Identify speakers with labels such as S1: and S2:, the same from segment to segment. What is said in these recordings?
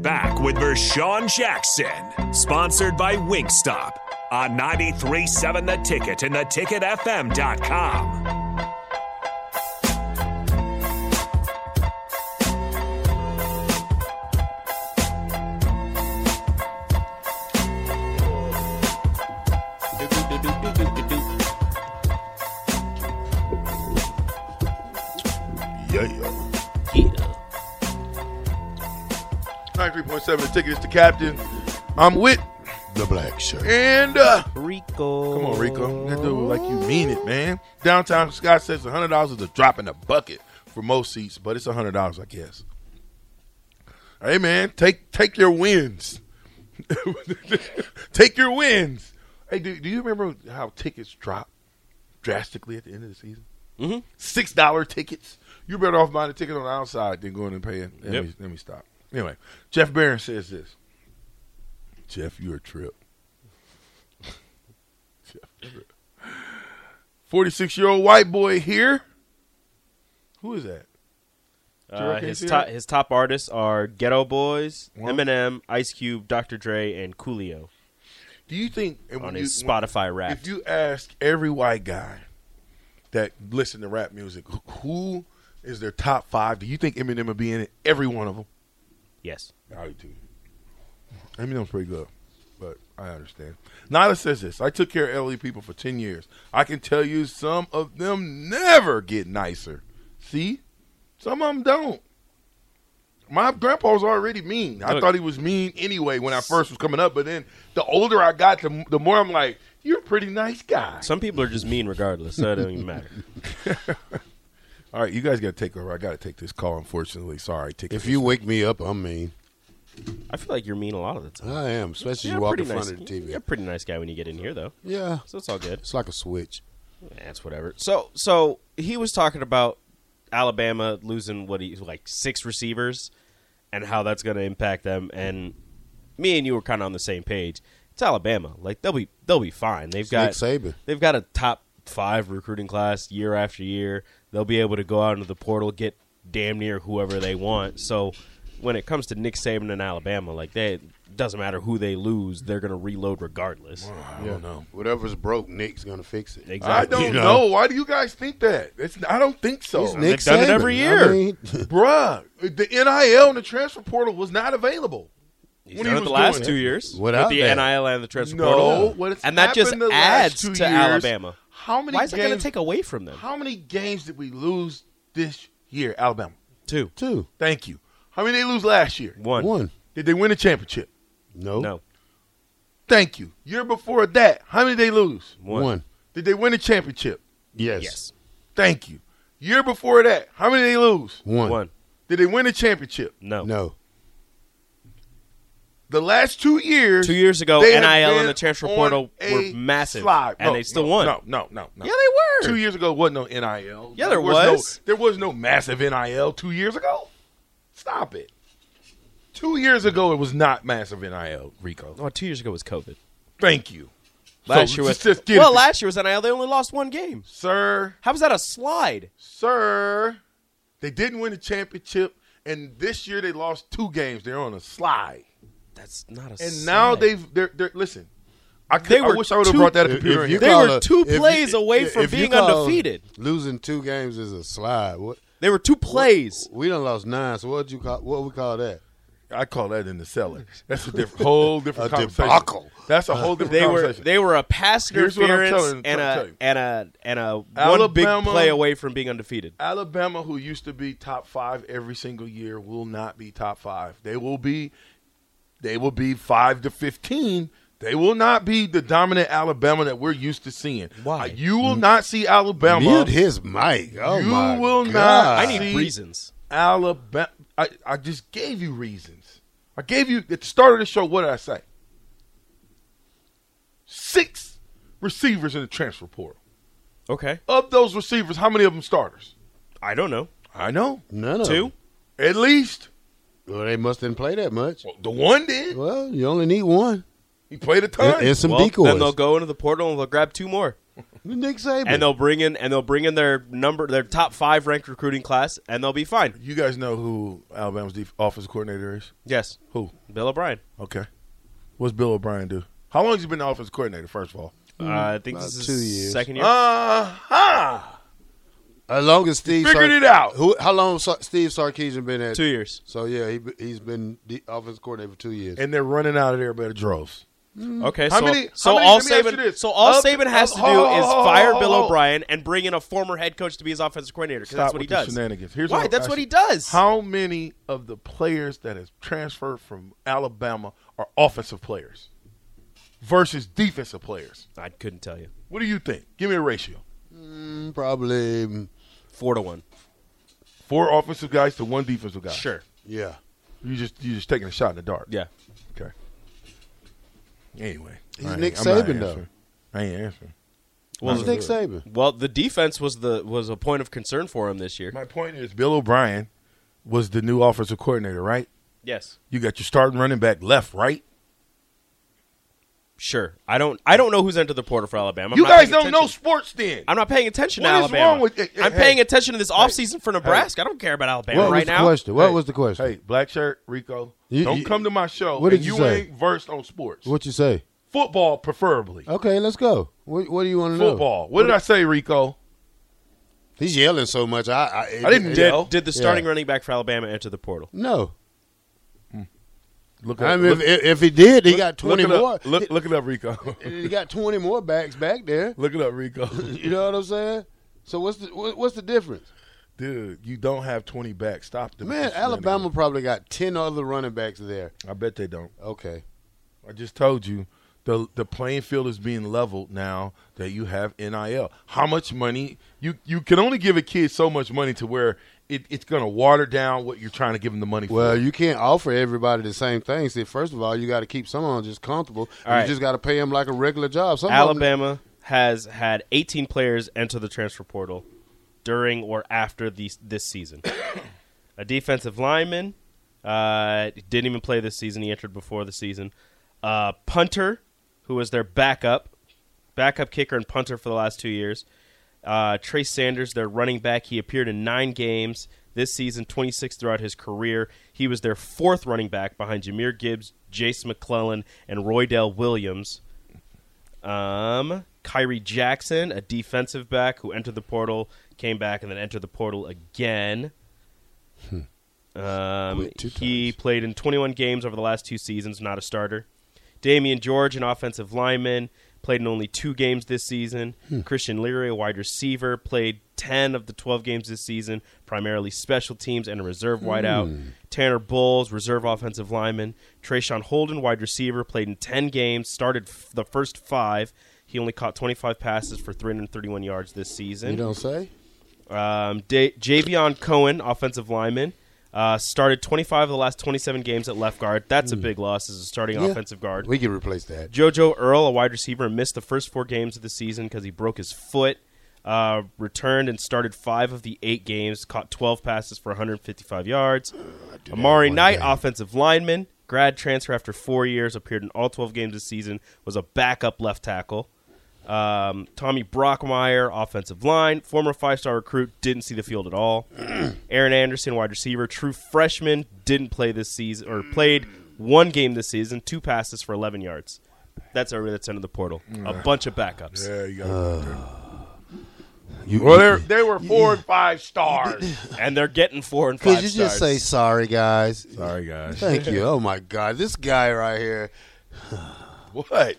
S1: Back with Vershawn Jackson, sponsored by Winkstop on 937 The Ticket and theticketfm.com.
S2: Yeah.
S3: Yeah.
S2: 93.7 the ticket is the captain. I'm with
S4: The black shirt.
S2: and uh
S3: Rico.
S2: Come on, Rico. That dude like you mean it, man. Downtown Scott says hundred dollars is a drop in the bucket for most seats, but it's hundred dollars, I guess. Hey man, take take your wins. take your wins. Hey, do, do you remember how tickets dropped drastically at the end of the season?
S3: Mhm.
S2: Six dollar tickets. You're better off buying a ticket on the outside than going and paying. Let,
S3: Yep.
S2: me, let me stop. Anyway, Jeff Barron says this. Jeff, you're a trip. 46 year old white boy here. Who is that?
S3: Uh,
S2: Jerk
S3: his
S2: is
S3: top
S2: here.
S3: his top artists are Ghetto Boys,
S2: Wow.
S3: Eminem, Ice Cube, Dr. Dre, and Coolio
S2: Do you think and
S3: on
S2: when
S3: his
S2: you-
S3: Spotify
S2: when-
S3: rap.
S2: If you ask every white guy that listen to rap music, wh- who is their top five? Do you think Eminem would be in it? Every one of them.
S3: yes.
S2: I do too. Eminem's pretty good, but I understand. Nada says this. I took care of LE people for ten years. I can tell you, some of them never get nicer. See, some of them don't. My grandpa's already mean. I
S3: Look.
S2: thought he was mean anyway when I first was coming up, but then the older I got, the, the more I'm like, you're a pretty nice guy.
S3: Some people are just mean regardless, so it doesn't even matter.
S2: All right, you guys got to take over. I got to take this call, unfortunately. Sorry, take
S4: If you wake me up, I'm mean.
S3: I feel like you're mean a lot of the time.
S4: I am, especially
S3: You're
S4: you
S3: a
S4: walk
S3: pretty
S4: in front
S3: nice-
S4: of the TV.
S3: You're a pretty nice guy when you get in here though.
S4: Yeah,
S3: So it's all good.
S4: it's like a switch.
S3: That's whatever. So so he was talking about Alabama losing what he like six receivers and how that's going to impact them and me and you were kind of on the same page. It's Alabama. Like they'll be they'll be fine. They've got
S4: Nick Saban.
S3: They've got a top 5 recruiting class year after year. They'll be able to go out into the portal get damn near whoever they want. So when it comes to Nick Saban and Alabama, like they doesn't matter who they lose, they're going to reload regardless.
S2: I don't know.
S4: Whatever's broke, Nick's gonna fix it.
S2: I
S3: Exactly.
S2: don't
S4: You
S2: know.
S4: know.
S2: Why do you guys think that? It's, I don't think so.
S4: He's Nick
S3: done it
S4: Saban.
S3: every
S4: I
S3: year.
S4: mean,
S2: Bruh, the NIL and the transfer portal was not available.
S3: He's
S2: When
S3: done
S2: he
S3: it
S2: was
S3: the last
S2: doing it.
S3: two years
S4: Without
S3: with the
S4: that.
S3: NIL and the transfer
S2: No,
S3: portal.
S2: what it's
S3: and that just
S2: happened the last
S3: adds
S2: two
S3: to
S2: years,
S3: Alabama.
S2: How many
S3: Why is it going
S2: games-
S3: to take away from them?
S2: How many games did we lose this year, Alabama?
S3: Two,
S4: Two,
S2: Thank you. How many did they lose last year?
S3: one,
S4: one.
S2: Did they win a championship?
S4: No,
S3: no,
S2: Thank you. Year before that, how many did they lose?
S3: one.
S4: one.
S2: Did they win a championship?
S4: Yes,
S3: Yes,
S2: Thank you. Year before that, how many did they lose?
S4: one.
S3: one.
S2: Did they win a championship?
S3: No.
S4: No,
S2: The last two years,
S3: Two years ago,
S2: they
S3: NIL
S2: have
S3: and
S2: been
S3: the transfer
S2: on
S3: portal
S2: a
S3: were massive,
S2: slide.
S3: and
S2: No,
S3: they still
S2: no,
S3: won.
S2: No, no, no, no.
S3: Yeah, they were.
S2: Two years ago, wasn't no NIL.
S3: Yeah, there was.
S2: No, there was no massive NIL two years ago. Stop it. Two years ago, it was not massive NIL, Rico.
S3: Oh, two years ago was COVID.
S2: Thank you.
S3: Last
S2: So,
S3: year was
S2: just- just get
S3: well.
S2: it.
S3: Last year was NIL. They only lost one game.
S2: Sir,
S3: How was that a slide?
S2: sir, they didn't win the championship, and this year they lost two games. They're on a slide.
S3: That's not a.
S2: And
S3: slide.
S2: now they've, they're, they're, listen, I, could,
S3: They
S2: I
S3: were
S2: wish I would have
S3: two-
S2: brought that
S4: If-
S2: computer
S4: if
S2: in
S4: you
S2: here.
S3: They
S4: call
S3: were
S4: a-
S3: two
S4: if you-
S3: plays away from
S4: if you
S3: being
S4: call
S3: undefeated.
S4: Losing two games is a slide. What
S3: they were two plays.
S4: we done lost nine. So what you call what we call that?
S2: I call that in the cellar. That's a different, whole different
S4: A
S2: conversation.
S4: debacle.
S2: That's a whole different
S3: They were
S2: conversation.
S3: they were a pass
S2: Here's what I'm
S3: interference
S2: telling-
S3: and,
S2: tell- tell
S3: a,
S2: you.
S3: and a and a one big
S2: Alabama-
S3: play away from being undefeated.
S2: Alabama, who used to be top five every single year, will not be top five. They will be, they will be five to fifteen. They will not be the dominant Alabama that we're used to seeing.
S3: Why?
S4: Mm.
S2: you will not see Alabama?
S4: Mute his mic. Oh
S2: You
S4: my
S2: will not-
S4: God.
S3: I
S2: see-
S3: need reasons.
S2: Alabama. I, I just gave you reasons. I gave you at the start of the show. What did I say? Six receivers in the transfer portal.
S3: Okay.
S2: Of those receivers, how many of them starters?
S3: I don't know.
S2: I know
S4: None of
S3: Two?
S4: them.
S2: at least
S4: Well, they must didn't play that much.
S2: well, the one did.
S4: Well, you only need one
S2: He played a
S4: and,
S2: ton.
S4: and some
S3: Well,
S4: decoys.
S3: Then they'll go into the portal and they'll grab two more.
S4: Nick Saban.
S3: And they'll bring in and they'll bring in their number their top five ranked recruiting class and they'll be fine.
S2: you guys know who Alabama's def- offensive coordinator is?
S3: Yes.
S2: Who?
S3: Bill O'Brien.
S2: Okay. What's Bill O'Brien do? How long has he been the offensive coordinator? First of all,
S3: Uh, I think this is
S4: two years.
S3: second year.
S2: uh huh.
S4: as long as Steve
S2: Figured it out.
S4: Who? How long Sa- Steve Sarkeesian been at?
S3: two years.
S4: So yeah, he be- he's been the offensive coordinator for two years.
S2: and they're running out of there by the droves.
S3: Okay,
S2: mm. How
S3: so
S2: many-
S3: so
S2: how many-
S3: all
S2: let me ask you
S3: Saban
S2: this.
S3: so all
S2: Up- oh,
S3: Saban has
S2: up-
S3: to do
S2: hold, hold,
S3: is
S2: hold, hold,
S3: fire
S2: hold,
S3: Bill
S2: hold.
S3: O'Brien and bring in a former head coach to be his offensive coordinator because
S2: Stop
S3: that's what he
S2: with the
S3: does.
S2: shenanigans. Here's
S3: Why?
S2: what
S3: That's
S2: I-
S3: what he does.
S2: How many of the players that have transferred from Alabama are offensive players versus defensive players?
S3: I couldn't tell you.
S2: What do you think? Give me a ratio.
S4: Probably. mm,
S3: Four to one.
S2: Four offensive guys to one defensive guy.
S3: Sure.
S4: Yeah.
S2: You just you just taking a shot in the dark.
S3: Yeah.
S2: Okay. Anyway,
S4: He's
S2: I ain't-
S4: Nick
S2: I'm not
S4: Saban, though.
S2: answering. I ain't answering.
S4: Well, it's Nick Saban.
S3: Well, the defense was the was a point of concern for him this year.
S2: My point is, Bill O'Brien was the new offensive coordinator, right?
S3: Yes.
S2: You got your starting running back left, right?
S3: Sure. I don't I don't know who's entered the portal for Alabama. I'm
S2: you
S3: not
S2: guys
S3: paying
S2: don't know
S3: attention.
S2: sports then.
S3: I'm not paying attention to
S2: What is
S3: Alabama.
S2: wrong with- hey,
S3: I'm
S2: hey,
S3: paying
S2: hey.
S3: attention to this offseason for Nebraska. I don't care about Alabama
S4: What was
S3: right
S4: the
S3: now.
S4: question? What
S2: Hey,
S4: was the question?
S2: Hey, black shirt, Rico,
S4: You-
S2: don't
S4: you-
S2: come to my show.
S4: What did
S2: and
S4: you
S2: you
S4: say?
S2: ain't versed on sports.
S4: What you say?
S2: Football, preferably.
S4: Okay, let's go. What, what do you want to know?
S2: Football. What did I say, Rico?
S4: He's yelling so much. I I, it-
S2: I didn't
S4: it-
S2: yell.
S3: Did, did the starting
S4: Yeah.
S3: running back for Alabama enter the portal?
S4: No.
S2: Look
S4: I
S2: up-
S4: mean,
S2: look-
S4: if, if if he did, he got
S2: look
S4: twenty
S2: it up.
S4: more.
S2: Look, look it up, Rico.
S4: He got twenty more backs back there.
S2: look it up, Rico.
S4: You know what I'm saying? So what's the what, what's the difference?
S2: Dude, you don't have 20 backs. Stop the
S4: Man, Alabama probably got ten other running backs there.
S2: I bet they don't.
S4: Okay.
S2: I just told you the the playing field is being leveled now that you have NIL. How much money you you can only give a kid so much money to where it, it's going to water down what you're trying to give them the money
S4: Well,
S2: for.
S4: you can't offer everybody the same thing. See, first of all, you got to keep someone just comfortable. and
S3: right.
S4: You just got to pay them like a regular job. Some of 'em-
S3: Alabama has had 18 players enter the transfer portal during or after these this season. a defensive lineman uh, didn't even play this season. He entered before the season. Uh, punter, who was their backup, backup kicker and punter for the last two years. Uh, Trey Sanders, their running back, he appeared in nine games this season, 26 throughout his career. He was their fourth running back behind Jameer Gibbs, Jace McClellan, and Roydell Williams. Um, Kyrie Jackson, a defensive back who entered the portal, came back, and then entered the portal again. Um,
S4: Quit two
S3: he played in 21 games over the last two seasons, not a starter. Damian George, an offensive lineman, played in only two games this season.
S4: Hmm.
S3: Christian Leary, a wide receiver, played 10 of the 12 games this season, primarily special teams and a reserve wideout.
S4: Hmm.
S3: Tanner Bowles, reserve offensive lineman. Trayshawn Holden, wide receiver, played in 10 games, started f- the first five. He only caught 25 passes for 331 yards this season.
S4: You don't say.
S3: Um, Da Javion Cohen, offensive lineman, uh, started 25 of the last 27 games at left guard. That's a big loss as a starting
S4: Hmm. Yeah.
S3: offensive guard.
S4: We can replace that.
S3: Jojo Earl, a wide receiver, missed the first four games of the season because he broke his foot. Uh, returned and started five of the eight games, caught 12 passes for 155 yards. Amari Knight, offensive lineman, grad transfer after four years, appeared in all 12 games this season, was a backup left tackle. Um, Tommy Brockmeyer, offensive line, former five star recruit, didn't see the field at all. Aaron Anderson, wide receiver, true freshman, didn't play this season or played one game this season, two passes for 11 yards. That's everybody that's entered the portal. A bunch of backups.
S2: yeah, you got
S4: You,
S2: Uh, Well, they're- they were four and five stars.
S3: And they're getting four and
S4: could
S3: five
S4: you
S3: stars.
S4: just say sorry, guys?
S2: Sorry, guys.
S4: Thank you. Oh my God, this guy right here.
S2: What?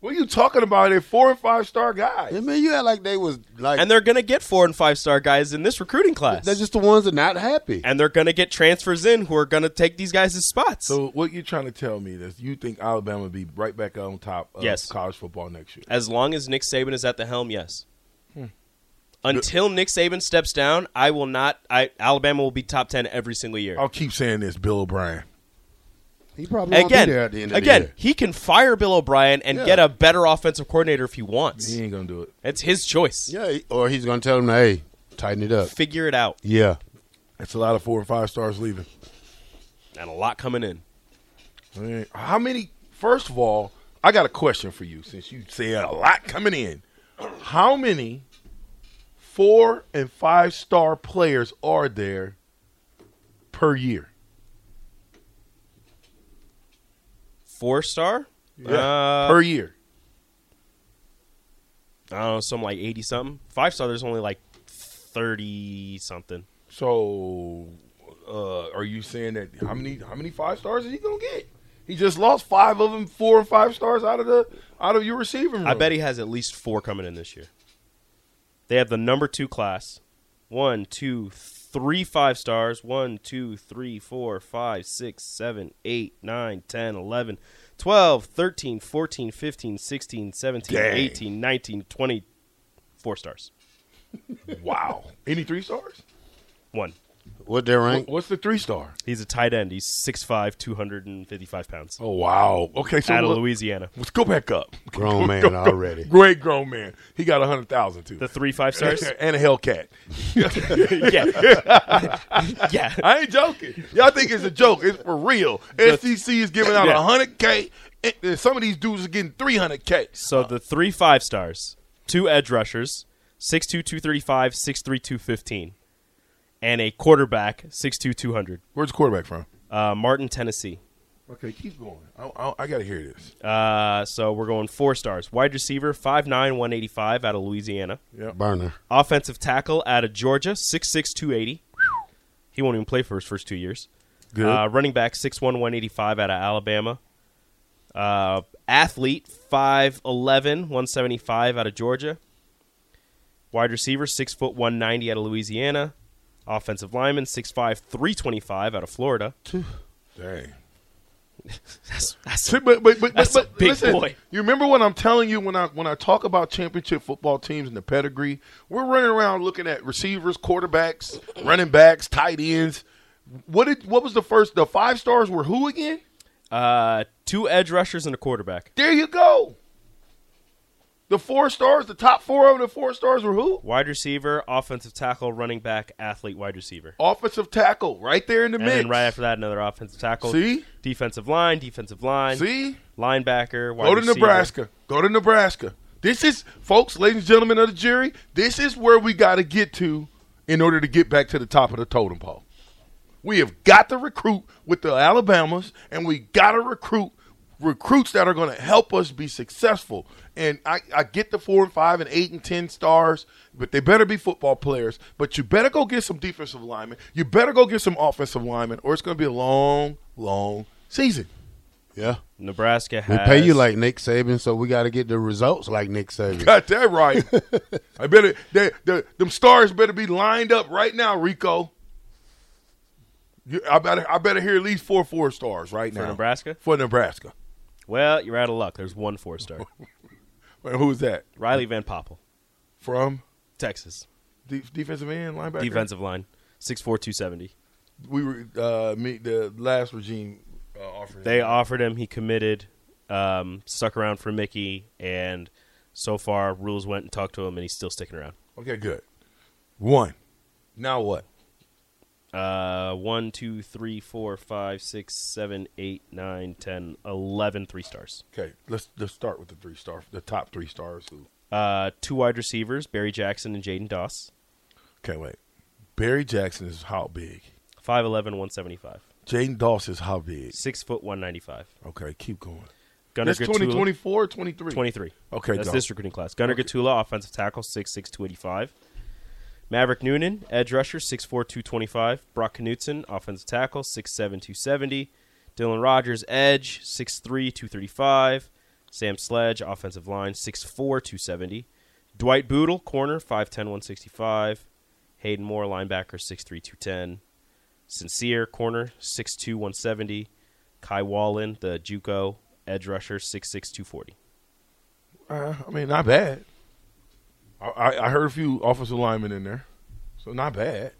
S2: What are you talking about? They're four and five star
S4: I
S2: guys.
S4: mean, you act like they was like
S3: and they're going to get four and five star guys in this recruiting class.
S4: they're just the ones that not happy.
S3: and they're going to get transfers in who are going to take these guys' spots.
S2: So what you trying to tell me is you think Alabama will be right back on top of
S3: Yes.
S2: college football next year?
S4: Hmm.
S3: as long as Nick Saban is at the helm, yes. Until Nick Saban steps down, I will not. I Alabama will be top ten every single year.
S2: I'll keep saying this, Bill O'Brien.
S4: He probably won't
S3: Again,
S4: be there at the end of
S3: again,
S4: the year.
S3: he can fire Bill O'Brien and
S4: Yeah.
S3: get a better offensive coordinator if he wants.
S2: He ain't gonna do it.
S3: It's his choice.
S4: Yeah, he- or he's going to tell him, hey, tighten it up.
S3: Figure it out.
S4: Yeah.
S2: That's a lot of four and five stars leaving.
S3: And a lot coming in.
S2: I mean, How many? First of all, I got a question for you since you said a lot coming in. How many four and five star players are there per year?
S3: Four star. Uh,
S2: per year.
S3: I don't know, some like eighty something. Five star. There's only like thirty something.
S2: So, uh, are you saying that how many how many five stars is he gonna get? He just lost five of them, four and five stars out of the out of your receiving room.
S3: I bet he has at least four coming in this year. They have the number two class. One, two, three five stars. One, two, three, four, five, six, seven, eight, nine, ten, eleven, twelve, thirteen, fourteen, fifteen, sixteen, seventeen,
S2: Dang.
S3: eighteen, nineteen, twenty, four stars.
S2: Wow. Any three stars?
S3: One.
S4: What their
S2: Wha-
S4: rank?
S2: What's the three star?
S3: He's a tight end. He's 6'5", 255 pounds.
S2: Oh wow. Okay, so
S3: out of
S2: what-
S3: Louisiana.
S2: Let's go back up.
S4: Grown man
S2: Go- go-
S4: already.
S2: Great grown man. He got a hundred thousand too.
S3: The three five stars?
S2: and a Hellcat.
S3: yeah. yeah.
S2: I ain't joking. Y'all think it's a joke? It's for real. SEC is giving out
S3: Yeah.
S2: a hundred k. and Some of these dudes are getting three hundred k.
S3: So the three five stars, two edge rushers, 6'2", 235, 6'3", 215, and a quarterback, 6'2", 200.
S2: Where's the quarterback from?
S3: Uh, Martin, Tennessee.
S2: Okay, keep going. I, I, I gotta hear this.
S3: Uh, so we're going four stars. Wide receiver, 5'9", 185 out of Louisiana.
S4: Burner.
S3: Offensive tackle out of Georgia, 6'6", 280. He won't even play for his first two years.
S2: Good.
S3: Uh, running back, 6'1", 185 out of Alabama. Uh, athlete, 5'11", 175 out of Georgia. Wide receiver, 6'1", 190 out of Louisiana. Offensive lineman, 6'5", 325 out of Florida.
S2: Dang.
S3: That's, that's
S2: See, but but but,
S3: That's
S2: but,
S3: a big
S2: listen,
S3: boy.
S2: you remember what I'm telling you when I when I talk about championship football teams and the pedigree? We're running around looking at receivers, quarterbacks, running backs, tight ends. What did what was the first? The five stars were who again?
S3: uh, two edge rushers and a quarterback.
S2: There you go. The four stars, the top four of the four stars were who?
S3: Wide receiver, offensive tackle, running back, athlete, wide receiver.
S2: Oh, Offensive tackle, right there in the
S3: And
S2: mix.
S3: then right after that, another offensive tackle.
S2: See?
S3: Defensive line, defensive line.
S2: See?
S3: Linebacker, wide
S2: Go to
S3: receiver.
S2: Nebraska. Go to Nebraska. This is, folks, ladies and gentlemen of the jury, this is where we got to get to in order to get back to the top of the totem pole. We have got to recruit with the Alabamas, and we got to recruit recruits that are going to help us be successful. And I, I get the four and five and eight and ten stars, but they better be football players. But you better go get some defensive linemen. You better go get some offensive linemen, or it's going to be a long, long season.
S4: Yeah.
S3: Nebraska
S4: We
S3: has.
S4: pay you like Nick Saban, so we got to get the results like Nick Saban.
S2: Got that right. I better they, the them stars better be lined up right now, Rico. You, I better I better hear at least four four stars right
S3: For
S2: now
S3: Nebraska?
S2: For Nebraska,
S3: Well, you're out of luck. There's one four star.
S2: Wait, who's that
S3: Riley Van Poppel,
S2: from?
S3: Texas.
S2: De- defensive end, linebacker.
S3: Defensive line. 6'4, 270.
S2: We were uh, meet the last regime uh, offering.
S3: They offered him. He committed, um, stuck around for Mickey, and so far, rules went and talked to him, and he's still sticking around.
S2: okay, good. One. Now what?
S3: Uh, one, two, three, four, five, six, seven, eight, nine, ten, eleven three stars.
S2: Okay, let's let's start with the three star, the top three stars. Who?
S3: Uh, two wide receivers, Barry Jackson and Jaden Doss.
S2: Okay, wait. Barry Jackson is how big?
S3: 5'11", 175.
S2: Jaden Doss is how big?
S3: 6 foot 195.
S2: Okay, keep going.
S3: Gunnar
S2: That's 20,
S3: Gatula-
S2: 24, 23.
S3: 23.
S2: Okay,
S3: That's
S2: go.
S3: this recruiting class. Gunnar Gatula, offensive tackle, 6'6", 285. Maverick Noonan, edge rusher, 6'4", 225. Brock Knutson, offensive tackle, 6'7", 270. Dylan Rogers, edge, 6'3", 235. Sam Sledge, offensive line, 6'4", 270. Dwight Boodle, corner, 5'10", 165. Hayden Moore, linebacker, 6'3", 210. Sincere, corner, 6'2", 170. Kai Wallen, the JUCO, edge rusher, 6'6", 240.
S2: Uh, I mean, not bad. I- I, I heard a few offensive linemen in there, so not bad.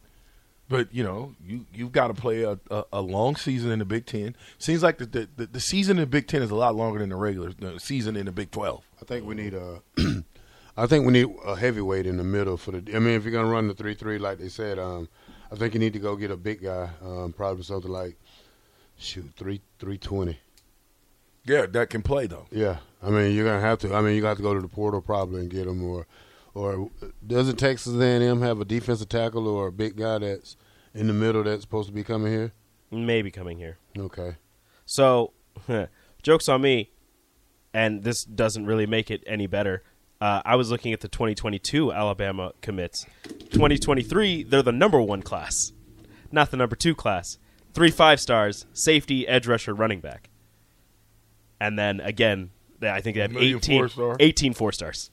S2: But you know, you you've got to play a, a, a long season in the Big Ten. Seems like the, the the- the season in the Big Ten is a lot longer than the regular the season in the Big Twelve.
S4: I think we need a. I think we need a heavyweight in the middle for the. I mean, if you're gonna run the three three like they said, um, I think you need to go get a big guy, um, probably something like, shoot, three three twenty.
S2: Yeah, that can play though.
S4: Yeah, I mean you're gonna have to. I mean you got to go to the portal probably and get him, or or doesn't Texas A&M have a defensive tackle or a big guy that's in the middle that's supposed to be coming here?
S3: Maybe coming here.
S4: Okay,
S3: So, jokes on me, and this doesn't really make it any better. Uh, I was looking at the 2022 Alabama commits. 2023, they're the number one class, not the number two class. Three five stars, safety, edge rusher, running back. And then again, they- I think they have
S2: Million
S3: 18,
S2: four-star.
S3: 18 four stars.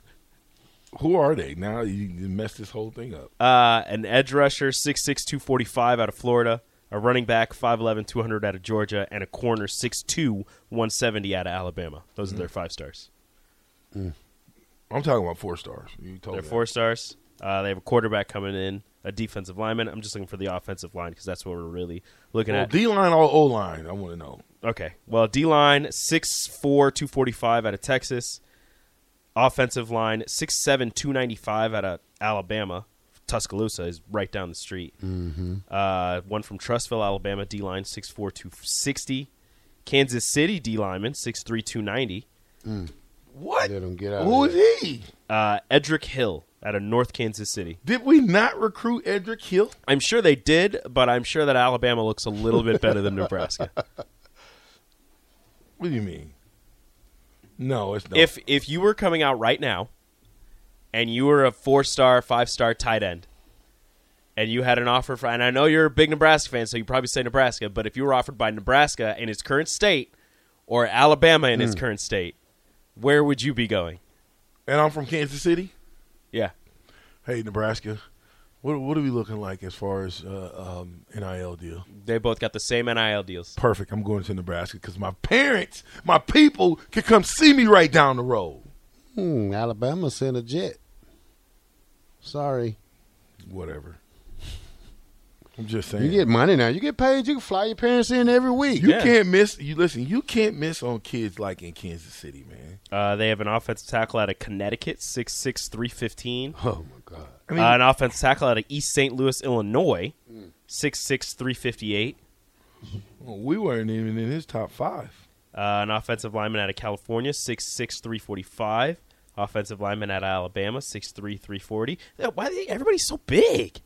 S2: Who are they now? You you messed this whole thing up.
S3: Uh, an edge rusher, 6'6, 245 out of Florida. A running back, 5'11, 200 out of Georgia. And a corner, 6'2, 170 out of Alabama. Those are their five stars.
S2: I'm talking about four stars. You told
S3: They're
S2: me.
S3: four stars. Uh, they have a quarterback coming in, a defensive lineman. I'm just looking for the offensive line because that's what we're really looking
S2: Well,
S3: at.
S2: D line Oh, or O line? I want to know.
S3: okay. Well, D line, 6'4, 245 out of Texas. Offensive line, 6'7, 295 out of Alabama. Tuscaloosa is right down the street. Uh, one from Trustville, Alabama, D line, 6'4, 260. Kansas City D lineman, 6'3, 290.
S2: What?
S4: let him get out.
S2: Who
S4: of
S2: is
S4: there.
S2: he?
S3: Uh, Edric Hill out of North Kansas City.
S2: Did we not recruit Edric Hill?
S3: I'm sure they did, but I'm sure that Alabama looks a little bit better than Nebraska.
S2: What do you mean? No, it's not.
S3: If if you were coming out right now and you were a four star, five star tight end, and you had an offer for and I know you're a big Nebraska fan, so you probably say Nebraska, but if you were offered by Nebraska in its current state or Alabama in its current state, where would you be going?
S2: and I'm from Kansas City.
S3: Yeah.
S2: Hey, Nebraska, what what are we looking like as far as uh, um, NIL deal?
S3: They both got the same NIL deals.
S2: Perfect. I'm going to Nebraska because my parents, my people, can come see me right down the road.
S4: Hmm, Alabama sent a jet. Sorry,
S2: Whatever. I'm just saying.
S4: you get money now. You get paid. You can fly your parents in every week.
S2: You
S3: Yeah.
S2: can't miss. You listen. You can't miss on kids like in Kansas City, man.
S3: Uh, they have an offensive tackle out of Connecticut, six six three fifteen.
S4: Oh my God.
S2: I mean,
S3: uh, an offensive tackle out of East St. Louis, Illinois, six six three fifty eight.
S2: we weren't even in his top five.
S3: Uh, an offensive lineman out of California, six six three forty five. Offensive lineman out of Alabama, six three three forty. Why are they, everybody's so big?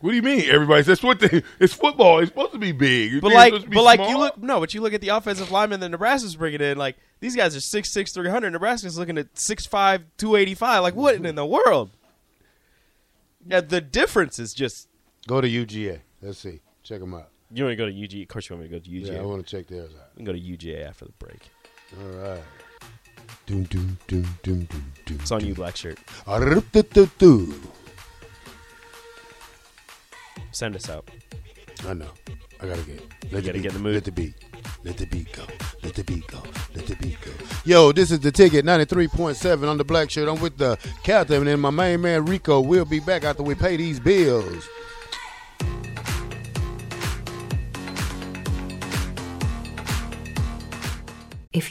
S2: What do you mean? Everybody's that's what they, it's football. It's supposed to be big. You
S3: But
S2: think it's
S3: like,
S2: supposed to
S3: but
S2: be
S3: like you
S2: small?
S3: look no, but you look at the offensive lineman that Nebraska's bringing in. Like these guys are six six three hundred. Nebraska's looking at six five two eighty five. Like what in the world? Yeah, the difference is just.
S4: Go to UGA. Let's see. Check them out.
S3: You want to go to UGA? Of course, you want me to go to UGA.
S4: Yeah, I want to check theirs out.
S3: we can go to UGA after the break.
S4: All right. Doom doom doom doom doom doom.
S3: It's on you, black shirt.
S4: Arrrrrrrrrrrrrrrrrrrrrrrrrrrrrrrrrrrrrrrrrrrrrrrrrrrrrrrrrrrrrrrrrrr.
S3: Send us out.
S4: I know. I gotta get. Let
S3: gotta
S4: beat,
S3: get in the mood.
S4: Let the beat. Let the beat go. Let the beat go. Let the beat go. Yo, this is the ticket 93.7 on the black shirt. I'm with the captain and my main man Rico. We'll be back after we pay these bills.
S5: If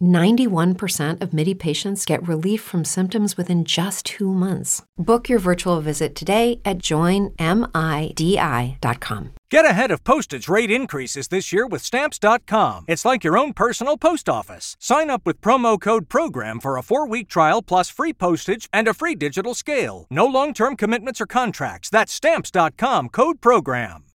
S5: 91% of MIDI patients get relief from symptoms within just two months. Book your virtual visit today at joinmidi.com.
S6: Get ahead of postage rate increases this year with Stamps.com. It's like your own personal post office. Sign up with promo code PROGRAM for a four week trial plus free postage and a free digital scale. No long term commitments or contracts. That's Stamps.com code PROGRAM.